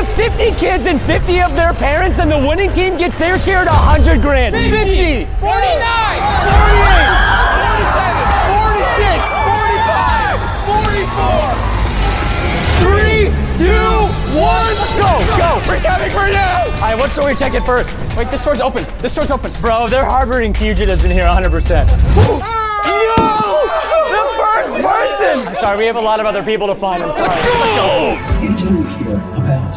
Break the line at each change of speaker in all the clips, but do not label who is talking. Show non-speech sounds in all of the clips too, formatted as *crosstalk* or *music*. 50 kids and 50 of their parents, and the winning team gets their share to 100 grand. 50!
49, 48, 47, 46, 45, 44.
Three, two, one, go, go!
We're coming for you!
All right, what store we checking first?
Wait, this door's open. This door's open.
Bro, they're harboring fugitives in here 100%. No! The first person! I'm sorry, we have a lot of other people to find. Let's go! Let's go.
You do hear about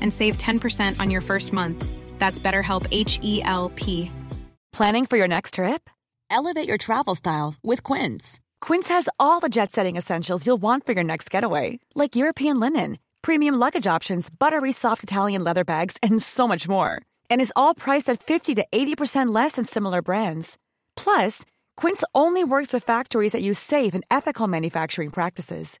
and save 10% on your first month. That's BetterHelp H E L P.
Planning for your next trip?
Elevate your travel style with Quince.
Quince has all the jet setting essentials you'll want for your next getaway, like European linen, premium luggage options, buttery soft Italian leather bags, and so much more. And is all priced at 50 to 80% less than similar brands. Plus, Quince only works with factories that use safe and ethical manufacturing practices.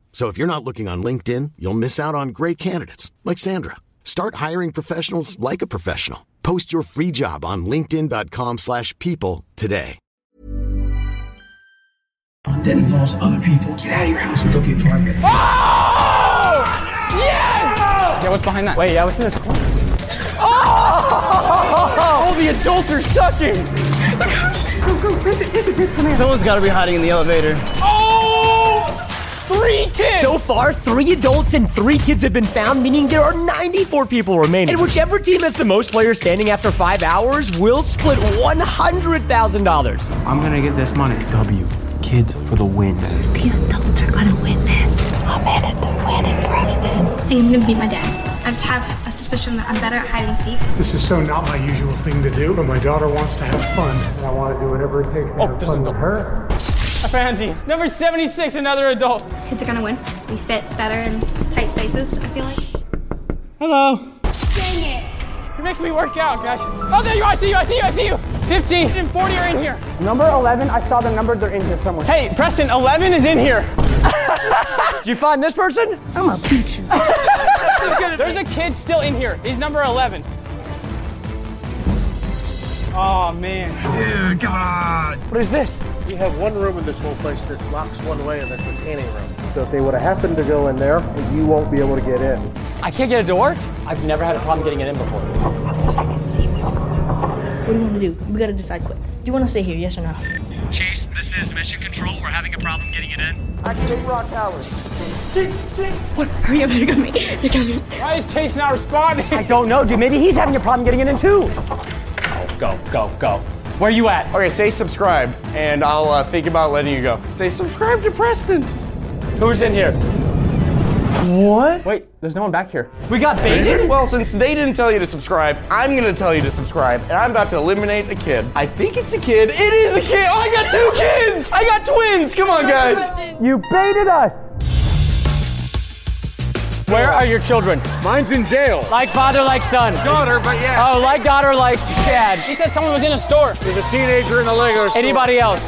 So if you're not looking on LinkedIn, you'll miss out on great candidates like Sandra. Start hiring professionals like a professional. Post your free job on linkedin.com/people slash people today.
That involves other people. Get out of your house and go be a part of it.
Oh! Yeah, what's behind that?
Wait, yeah, what's in this corner?
Oh, the adults are sucking.
Someone's got to be hiding in the elevator.
Oh, three kids.
So far, three adults and three kids have been found, meaning there are 94 people remaining. And whichever team has the most players standing after five hours will split $100,000.
I'm gonna get this money.
W. Kids for the win.
The adults are gonna win this. I'm headed to win it, Preston. I'm gonna beat my dad. I just have a suspicion that I'm better at hide and seek.
This is so not my usual thing to do, but my daughter wants to have fun, and I want to do whatever it takes to have
Oh, there's
fun
a
with her.
I found you. Number 76, another adult.
Kids are gonna win. We fit better in tight spaces, I feel like.
Hello.
Dang it!
Oh. You're making me work out, guys. Oh, there you are. I see you. I see you. I see you. 15 and 40 are in here.
Number 11, I saw the number, they're in here somewhere. Hey,
Hey, Preston, 11 is in here.
did you find this person?
*laughs* There's a kid still in here. He's number 11. Oh, man.
What is this?
We have one room in this whole place that's locks one way, and that's the tanning room.
So if they would have happened to go in there, you won't be able to get in.
I can't get it to work? I've never had a problem getting it in before.
What do you want to do? We gotta decide quick. Do you want to stay here? Yes or no?
Chase, this is Mission Control. We're having a problem getting it in.
Activate rock towers.
Hurry up! They're coming. They're coming.
Why is Chase not responding?
I don't know, dude. Maybe he's having a problem getting it in too. Go, go, go. Where you at?
Okay, say subscribe, and I'll uh, think about letting you go.
Say subscribe to Preston.
Who's in here?
What?
Wait, there's no one back here.
We got baited?
Well, since they didn't tell you to subscribe, I'm gonna tell you to subscribe, and I'm about to eliminate a kid. I think it's a kid. It is a kid. Oh, I got two kids. I got twins. Come on, guys.
You baited us! Where are your children?
Mine's in jail.
Like father, like son.
Daughter, but yeah.
Oh, like daughter, like dad.
He said someone was in a store.
There's a teenager in a Lego store.
Anybody else?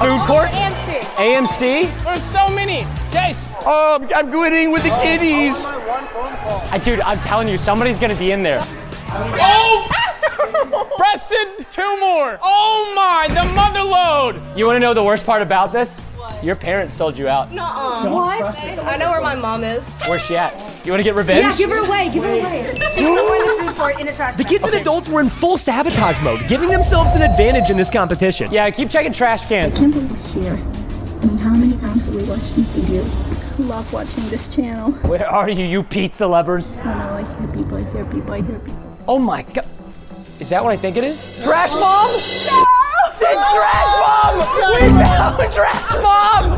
Food court? AMC?
There's so many. Chase,
Oh, I'm going in with the kiddies.
oh, I, dude, I'm telling you, somebody's gonna be in there. Oh!
Preston, two more. Oh my, the mother load.
You wanna know the worst part about this? Your parents sold you out.
Nuh-uh. What? I know where my mom is.
Where's she at? Do you wanna get revenge?
her away. Give her away.
The kids and adults were in full sabotage mode, giving themselves an advantage in this competition. Yeah, keep checking trash cans.
can't believe we're here. I mean, how many times have we watched these videos? I love watching this channel.
Where are you, you pizza lovers?
I know, I hear people, I hear people, I hear people.
Oh my god. Is that what I think it is?
Trash mom? No! It's trash mom! We found trash mom!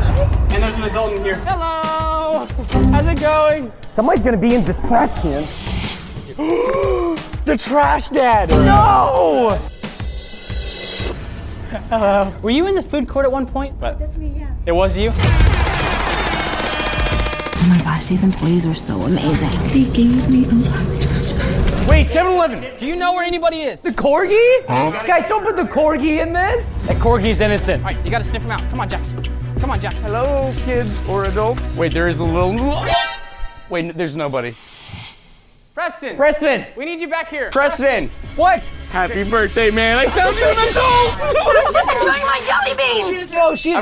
And there's an adult in here. Hello! How's it going?
Somebody's gonna be in the trash can. *gasps* the trash dad!
No! Hello. Were you in the food court at one point?
That's me, yeah.
It was you?
Oh my gosh, these employees are so amazing. They gave me a lot of trash bags.
Wait, 7 Eleven! Do you know where anybody is? The corgi? Guys, don't put the corgi in this!
That corgi's innocent.
All right, you gotta sniff him out. Come on, Jax. Come on, Jax.
Hello, kid or adult. Wait, there is a little. *coughs* Wait, n- there's nobody.
Preston!
Preston!
We need you back here.
Preston!
What?
Happy birthday, man! I found you an adult!
just enjoying my jelly beans! No, *laughs* she's.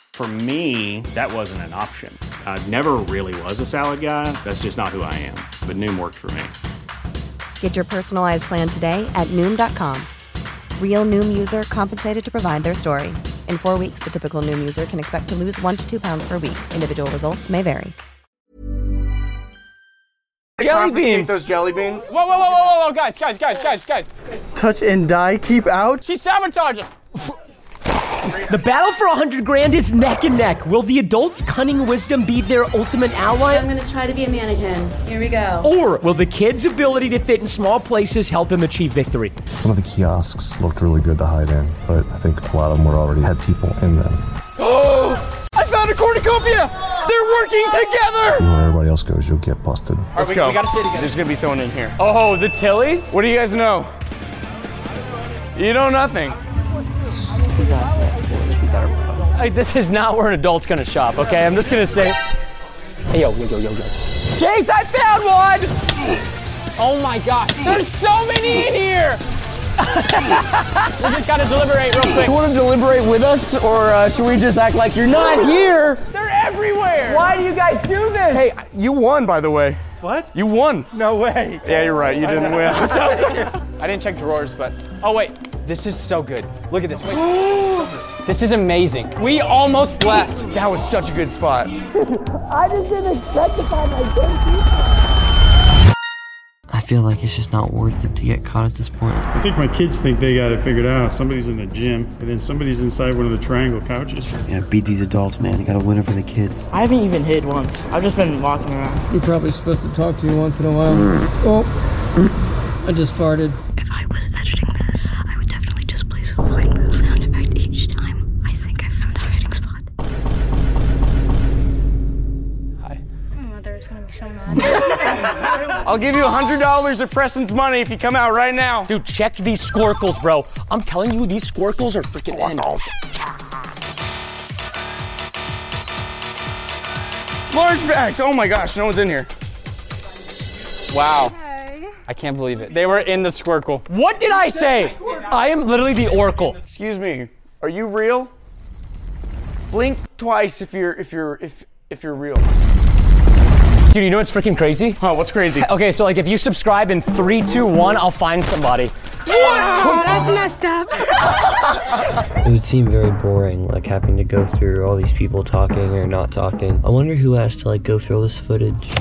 For me, that wasn't an option. I never really was a salad guy. That's just not who I am. But Noom worked for me.
Get your personalized plan today at Noom.com. Real Noom user compensated to provide their story. In four weeks, the typical Noom user can expect to lose one to two pounds per week. Individual results may vary.
Jelly beans! Those jelly beans?
Whoa, whoa, whoa, whoa, whoa, whoa, guys, guys, guys, guys, guys.
Touch and die, keep out?
She's sabotaging.
The battle for 100 grand is neck and neck. Will the adult's cunning wisdom be their ultimate ally?
I'm gonna try to be a mannequin. Here we go.
Or will the kid's ability to fit in small places help him achieve victory?
Some of the kiosks looked really good to hide in, but I think a lot of them were already had people in them.
Oh! *gasps* I found a cornucopia! They're working together!
Where everybody else goes, you'll get busted.
Let's
we-
go.
we gotta stay together.
There's gonna be someone in here.
Oh, the Tillies?
What do you guys know? You know nothing.
Like, this is not where an adult's gonna shop, okay? I'm just gonna say. Hey, yo, yo, yo, yo, yo.
Chase, I found one! Oh my god. There's so many in here! *laughs* we just gotta deliberate real quick.
Do you want to deliberate with us, or uh, should we just act like you're not here?
They're everywhere! Why do you guys do this?
Hey, you won, by the way.
What?
You won.
No way.
Yeah, you're right. You didn't win. I'm so sorry.
I didn't check drawers, but. Oh, wait. This is so good. Look at
*gasps*
this. Wait. this is amazing. We almost left.
That was such a good spot.
I just didn't expect to find my baby.
I feel like it's just not worth it to get caught at this point.
I think my kids think they got it figured out. Somebody's in the gym, and then somebody's inside one of the triangle couches.
Yeah, beat these adults, man. You gotta win it for the kids.
I haven't even hid once. I've just been walking around.
You're probably supposed to talk to you once in a while. Oh, I just farted.
My mother is gonna be so mad.
I'll give you $100 of Preston's money if you come out right now.
Dude, check these squircles, bro. I'm telling you, these squircles are freaking squircles.
Large bags. Oh my gosh, no one's in here. Wow. I can't believe it. They were in the squircle.
What did I say? I am literally the oracle.
Excuse me. Are you real? Blink twice if you're if you're if if you're real.
Dude, you know what's freaking crazy?
Huh, what's crazy?
Okay, so like if you subscribe in three, two, one, I'll find somebody.
Wow, that's messed up.
It would seem very boring, like having to go through all these people talking or not talking. I wonder who has to like go through all this footage.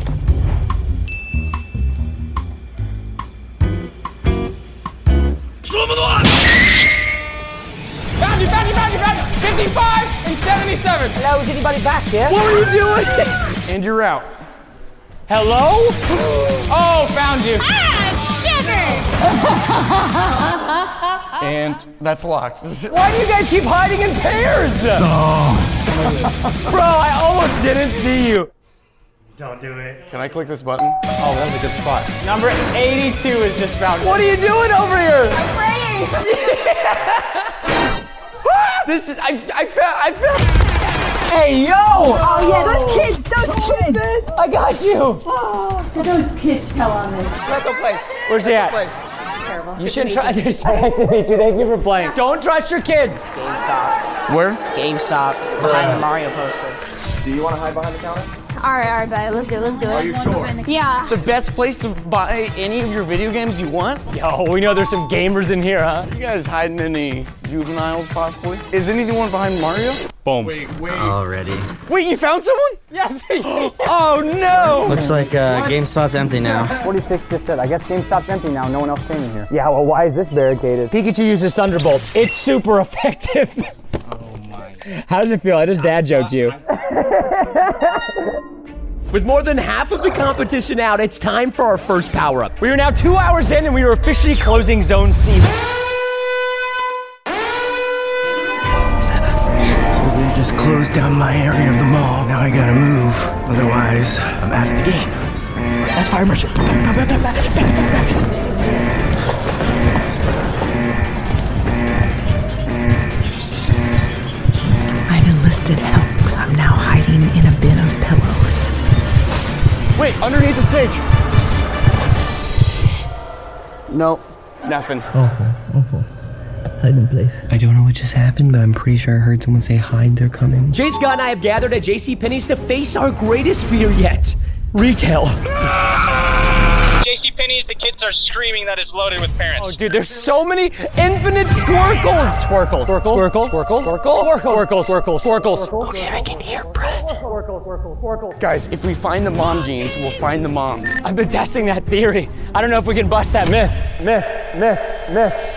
Found you, found you, found you, found you. 55 and 77. Hello, is anybody back here?
What were you
*laughs*
doing? and you're out.
Hello? oh, found you.
Ah,
And that's locked.
*laughs* Why do you guys keep hiding in *laughs* pairs?
Oh.
Bro, I almost didn't see you. Don't do it.
Can I click this button? Oh, that's a good spot.
Number 82 is just found. What are you doing over here? I'm praying.
*laughs*
this is, I, I found, I found. Hey, yo!
Oh, yeah, those kids, Oh. those
Oh,
kids! I got you!
those kids tell on me.
Special place.
Where's he at?
Terrible.
You shouldn't try. *laughs* Nice to meet you. Thank you for playing. Don't trust your kids.
GameStop.
Where?
GameStop. Behind the Mario poster.
Do you want to hide behind the counter?
All right, all right, buddy. Let's do it. Let's do it.
Are you sure?
Yeah.
The best place to buy any of your video games you want?
Yo, we know there's some gamers in here, huh?
You guys hiding any juveniles, possibly? Is anyone behind Mario?
Boom.
Already.
Wait, you found someone?
*laughs*
Yes.
oh no!
Looks like uh, GameSpot's empty now.
46 just said, I guess GameStop's empty now. No one else came in here.
Yeah, well, why is this barricaded? Pikachu uses Thunderbolt. It's super *laughs* effective. How does it feel? I just dad joked you.
With more than half of the competition out, it's time for our first power up.
We are now two hours in and we are officially closing Zone C.
They just closed down my area of the mall. Now I gotta move. Otherwise, I'm out of the game. That's fire
*laughs*
merchant.
I've enlisted help, so I'm now hiding in a bin of pillows.
Wait, underneath the stage. Nope, nothing.
Awful, awful. Hide in place. I don't know what just happened, but I'm pretty sure I heard someone say hide, they're coming.
Jay Scott and I have gathered at JCPenney's to face our greatest fear yet retail.
JCPenney's, the kids are screaming that it's loaded with parents.
Oh, dude, there's so many infinite squircles. Squircles. Squircle. Squircle. Squircle. Squircle. Squircle. Squircle. Squircles.
Okay, I can hear Preston. Oracle, oracle, oracle.
Guys, if we find the mom jeans, we'll find the moms.
I've been testing that theory. I don't know if we can bust that myth. Myth, myth, myth.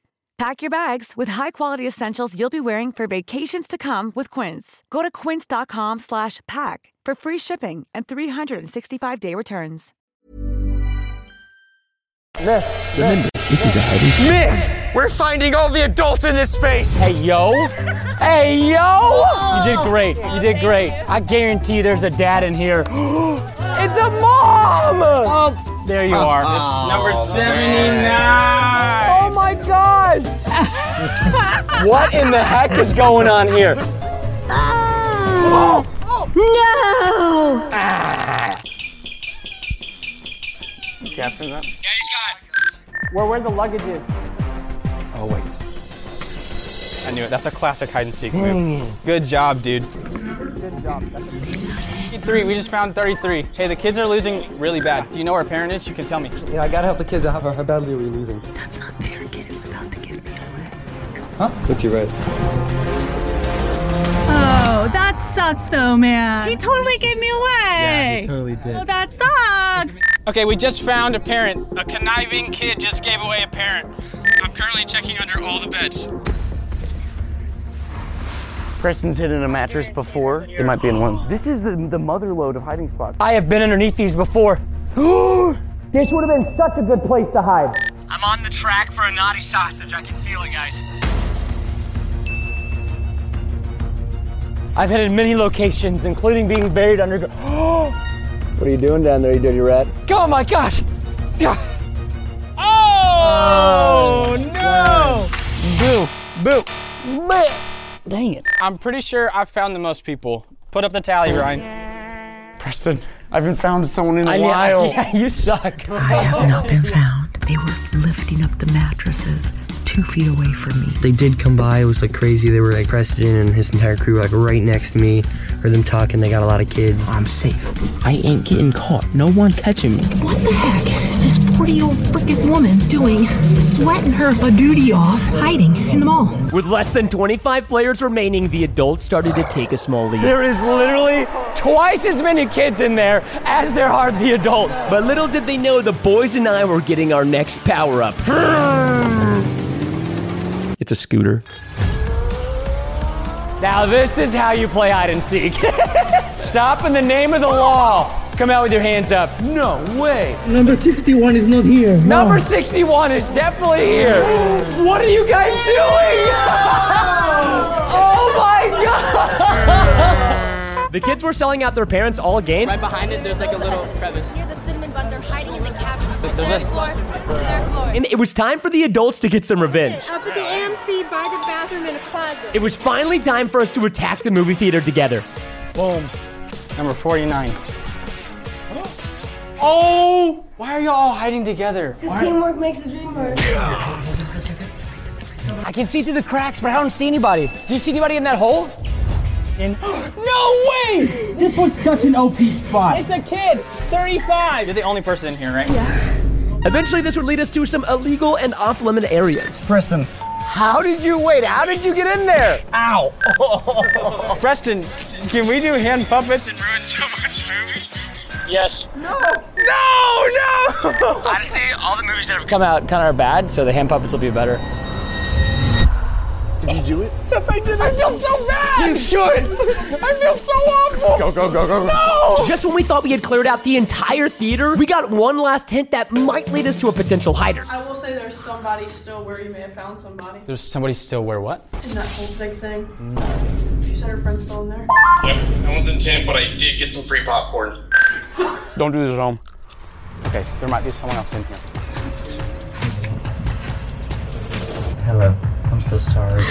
Pack your bags with high-quality essentials you'll be wearing for vacations to come with Quince. Go to quince.com slash pack for free shipping and 365-day returns.
Remember, this is a heavy myth. We're finding all the adults in this space. Oh.
Hey, yo. Hey, yo. You did great. You did great. I guarantee you there's a dad in here. *gasps* it's a mom! Oh, there you are.
Number
Oh,
79.
Oh my *laughs* gosh! what in the heck is going on here? Oh,
No!
Ah.
Captain that.
Where, where the luggage is.
Oh wait.
I knew it. That's a classic hide and seek move. Good job, dude. Good job. Three. We just found 33. Hey, the kids are losing really bad. Do you know where a parent is? You can tell me.
Yeah, I gotta help the kids out. How, how badly are we losing?
That's not fair, kid. It's about to give me away.
But you're right.
Oh, that sucks though, man. He totally gave me away.
he totally did.
Oh, that sucks.
Okay, we just found a parent. A conniving kid just gave away a parent. I'm currently checking under all the beds.
Preston's hidden a mattress before. There might be in one. This is the, the mother load of hiding spots.
I have been underneath these before. *gasps* this would have been such a good place to hide.
I'm on the track for a naughty sausage. I can feel it, guys.
I've headed many locations, including being buried *gasps* underground.
What are you doing down there, you dirty rat?
oh my gosh!
Oh, no!
Boo, boo, bleh. Dang it.
I'm pretty sure I've found the most people. Put up the tally, Ryan.
Preston, I haven't found someone in a
I- yeah,
while.
yeah, you suck.
I have not been found. They were lifting up the mattresses to two feet away from me.
They did come by. It was like crazy. They were like Preston and his entire crew were like right next to me. Heard them talking. They got a lot of kids. I'm safe. I ain't getting caught. No one catching me.
What the heck is this 40 year old freaking woman doing, sweating her duty off, hiding in the mall?
With less than 25 players remaining, the adults started to take a small lead.
There is literally twice as many kids in there as there are the adults.
But little did they know the boys and I were getting our next power up. It's a scooter.
Now, this is how you play hide and seek. *laughs* Stop in the name of the law. Come out with your hands up. No way.
Number 61 is not here.
Number 61 is definitely here. What are you guys doing? oh my god!
The kids were selling out their parents all game.
Right behind it, there's like a little crevice.
Near the cinnamon bun, they're hiding in the
Th-
cabin.
there's
Third
a-
floor. Third floor.
And it was time for the adults to get some revenge.
Up at the AMC by the bathroom in a closet.
It was finally time for us to attack the movie theater together.
Boom. Number 49.
Oh!
Why are y'all all hiding together? Why-
teamwork makes the dream work.
I can see through the cracks, but I don't see anybody. Do you see anybody in that hole? In- *gasps* no way! This was such an OP spot.
It's a kid, 35. You're the only person in here, right? Yeah.
Eventually, this would lead us to some illegal and off limit areas.
Preston. How did you wait? How did you get in there? Ow!
*laughs* Preston, can we do hand puppets and ruin so much movies? Yes. No. No. No. *laughs*
Honestly, all the movies that have come out kind of are bad, so the hand puppets will be better.
Did you do it? Yes, I did. I feel so bad. You should. I feel so awful. Go go go go. No.
Just when we thought we had cleared out the entire theater, we got one last hint that might lead us to a potential hider.
I will say there's somebody still where you may have found somebody
There's somebody still where what?
in that whole big thing. She said her friend's still in there. Yep, no one's in camp, but I did get some free popcorn.
*laughs* Don't do this at home. Okay, there might be someone else in here.
Hello. I'm so sorry.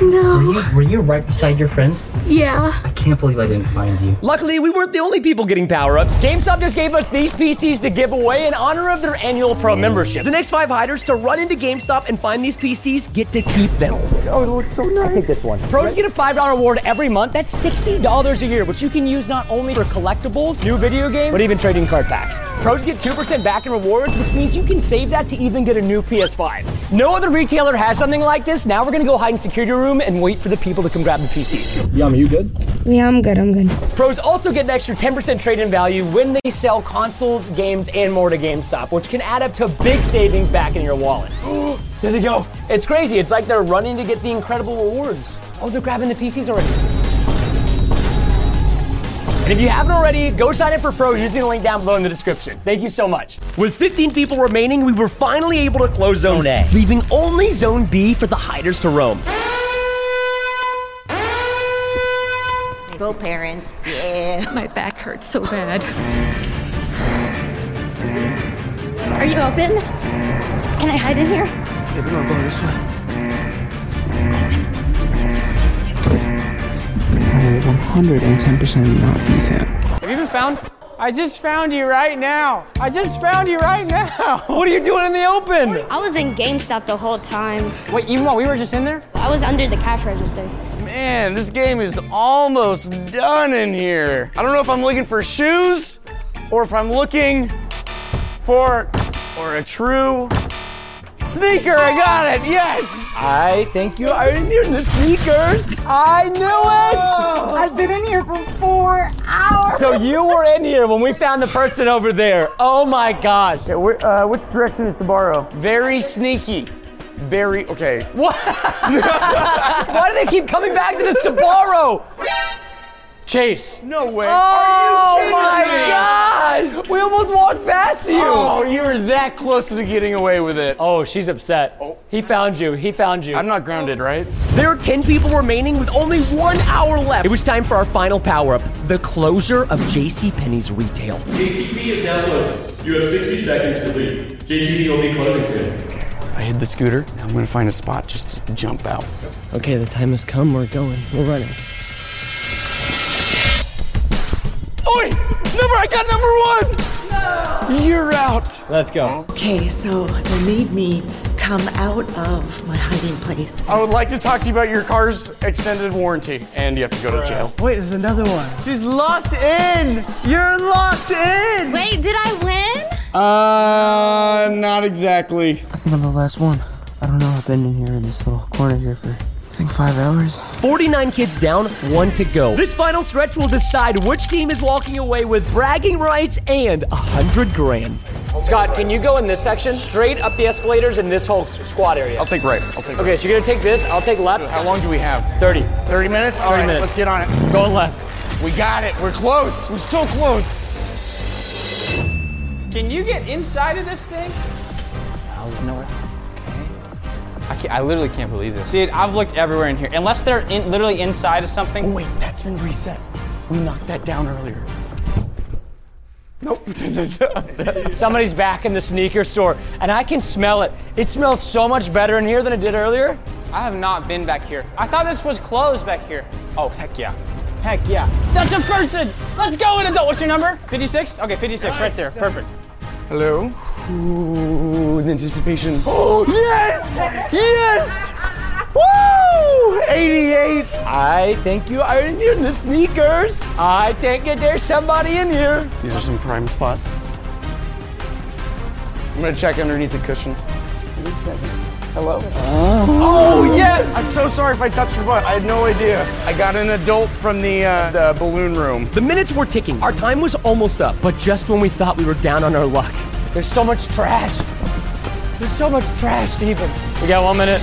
No.
Were you, were you right beside your friend?
Yeah.
I can't believe I didn't find you.
Luckily, we weren't the only people getting power ups. GameStop just gave us these PCs to give away in honor of their annual pro membership. The next five hiders to run into GameStop and find these PCs get to keep them.
Oh, it looks so nice. I take this one. Pros get a $5 award every month. That's $60 a year, which you can use not only for collectibles, new video games, but even trading card packs. Pros get 2% back in rewards, which means you can save that to even get a new PS5. No other retailer has something like this. Now we're going to go hide in security room and wait for the people to come grab the PCs.
Yum, you good?
Yeah, I'm good. I'm good.
Pros also get an extra 10% trade in value when they sell consoles, games, and more to GameStop, which can add up to big savings back in your wallet. *gasps* there they go. It's crazy. It's like they're running to get the incredible rewards. Oh, they're grabbing the PCs already. And if you haven't already, go sign up for Pro using the link down below in the description. Thank you so much.
With 15 people remaining, we were finally able to close Zone A, leaving only Zone B for the hiders to roam.
Go, parents. Yeah. My back hurts so bad. Are you open? Can I hide in here?
Yeah, we're going this way.
I will 110% not be them.
Have you been found? I just found you right now. I just found you right
*laughs*
now.
What are you doing in the open?
I was in GameStop the whole time.
Wait, even while we were just in there?
I was under the cash register.
Man, this game is almost done in here. I don't know if I'm looking for shoes or if I'm looking for or a true sneaker. I got it. Yes.
I think you are in here in the sneakers. I knew it.
Oh. I've been in here for four hours.
So you were in here when we found the person over there. Oh my gosh. uh, which direction is to borrow?
Very sneaky. Very okay.
What? *laughs* Why do they keep coming back to the Sabaro? Chase.
No way.
Oh
Are
my
you kidding me?
gosh! We almost walked past you.
Oh, you were that close to getting away with it.
Oh, she's upset. He found you. He found you.
I'm not grounded, right?
There are 10 people remaining with only one hour left. It was time for our final power up the closure of JCPenney's retail.
JCP is now closing. You have 60 seconds to leave. JCP will be closing soon.
I hid the scooter. Now I'm gonna find a spot just to jump out.
Okay, the time has come. We're going. We're running.
Oi! Number, I got number one! You're out.
Let's go.
Okay, so they made me
come out of my hiding place.
I would like to talk to you about your car's extended warranty, and you have to go to jail.
Wait, there's another one. She's locked in. You're locked in.
Wait, did I win?
Uh, not exactly.
I think I'm the last one. I don't know. I've been in here in this little corner here for, I think, five hours.
49 kids down, one to go. This final stretch will decide which team is walking away with bragging rights and a 100 grand.
Scott, can you go in this section, straight up the escalators in this whole s- squad area? I'll
take right. I'll take
Okay, so you're gonna take this, I'll take left.
How long do we have?
30.
30 minutes? All
30
right,
minutes.
let's get on it.
Go left.
We got it. We're close. We're so close.
Can you get inside of this thing? I was nowhere. I, can't, I literally can't believe this. Dude, I've looked everywhere in here. Unless they're in, literally inside of something. Oh, wait, that's been reset. We knocked that down earlier.
Somebody's back in the sneaker store, and I can smell it. It smells so much better in here than it did earlier.
I have not been back here. I thought this was closed back here. Oh, heck yeah. Heck yeah. That's a person! Let's go, an adult. What's your number? 56? Okay, 56, right there. Perfect.
Hello? Ooh, the anticipation. Oh, *gasps* yes! Yes!
Woo! 88. I think you are in here in the sneakers. I think that there's somebody in here.
These are some prime spots. I'm gonna check underneath the cushions. Hello. Oh yes! I'm so sorry if I touched your butt. I had no idea. I got an adult from the uh, the balloon room.
The minutes were ticking. Our time was almost up, but just when we thought we were down on our luck,
there's so much trash. There's so much trash, Steven. We got one
*gasps*
minute.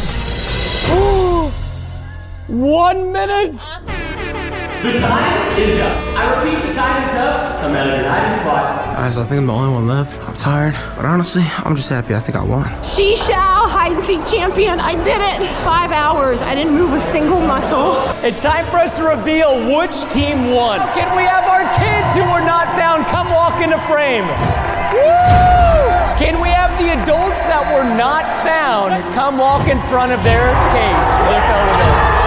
one minute?
The time is up. I repeat, the time is up. Come out of your hiding spots.
Guys, I think I'm the only one left. I'm tired, but honestly, I'm just happy. I think I won.
She shall hide and seek champion. I did it. Five hours. I didn't move a single muscle.
It's time for us to reveal which team won. Can we have our kids who were not found come walk into frame? Woo! Can we have the adults that were not found come walk in front of their cage, their fellow adults?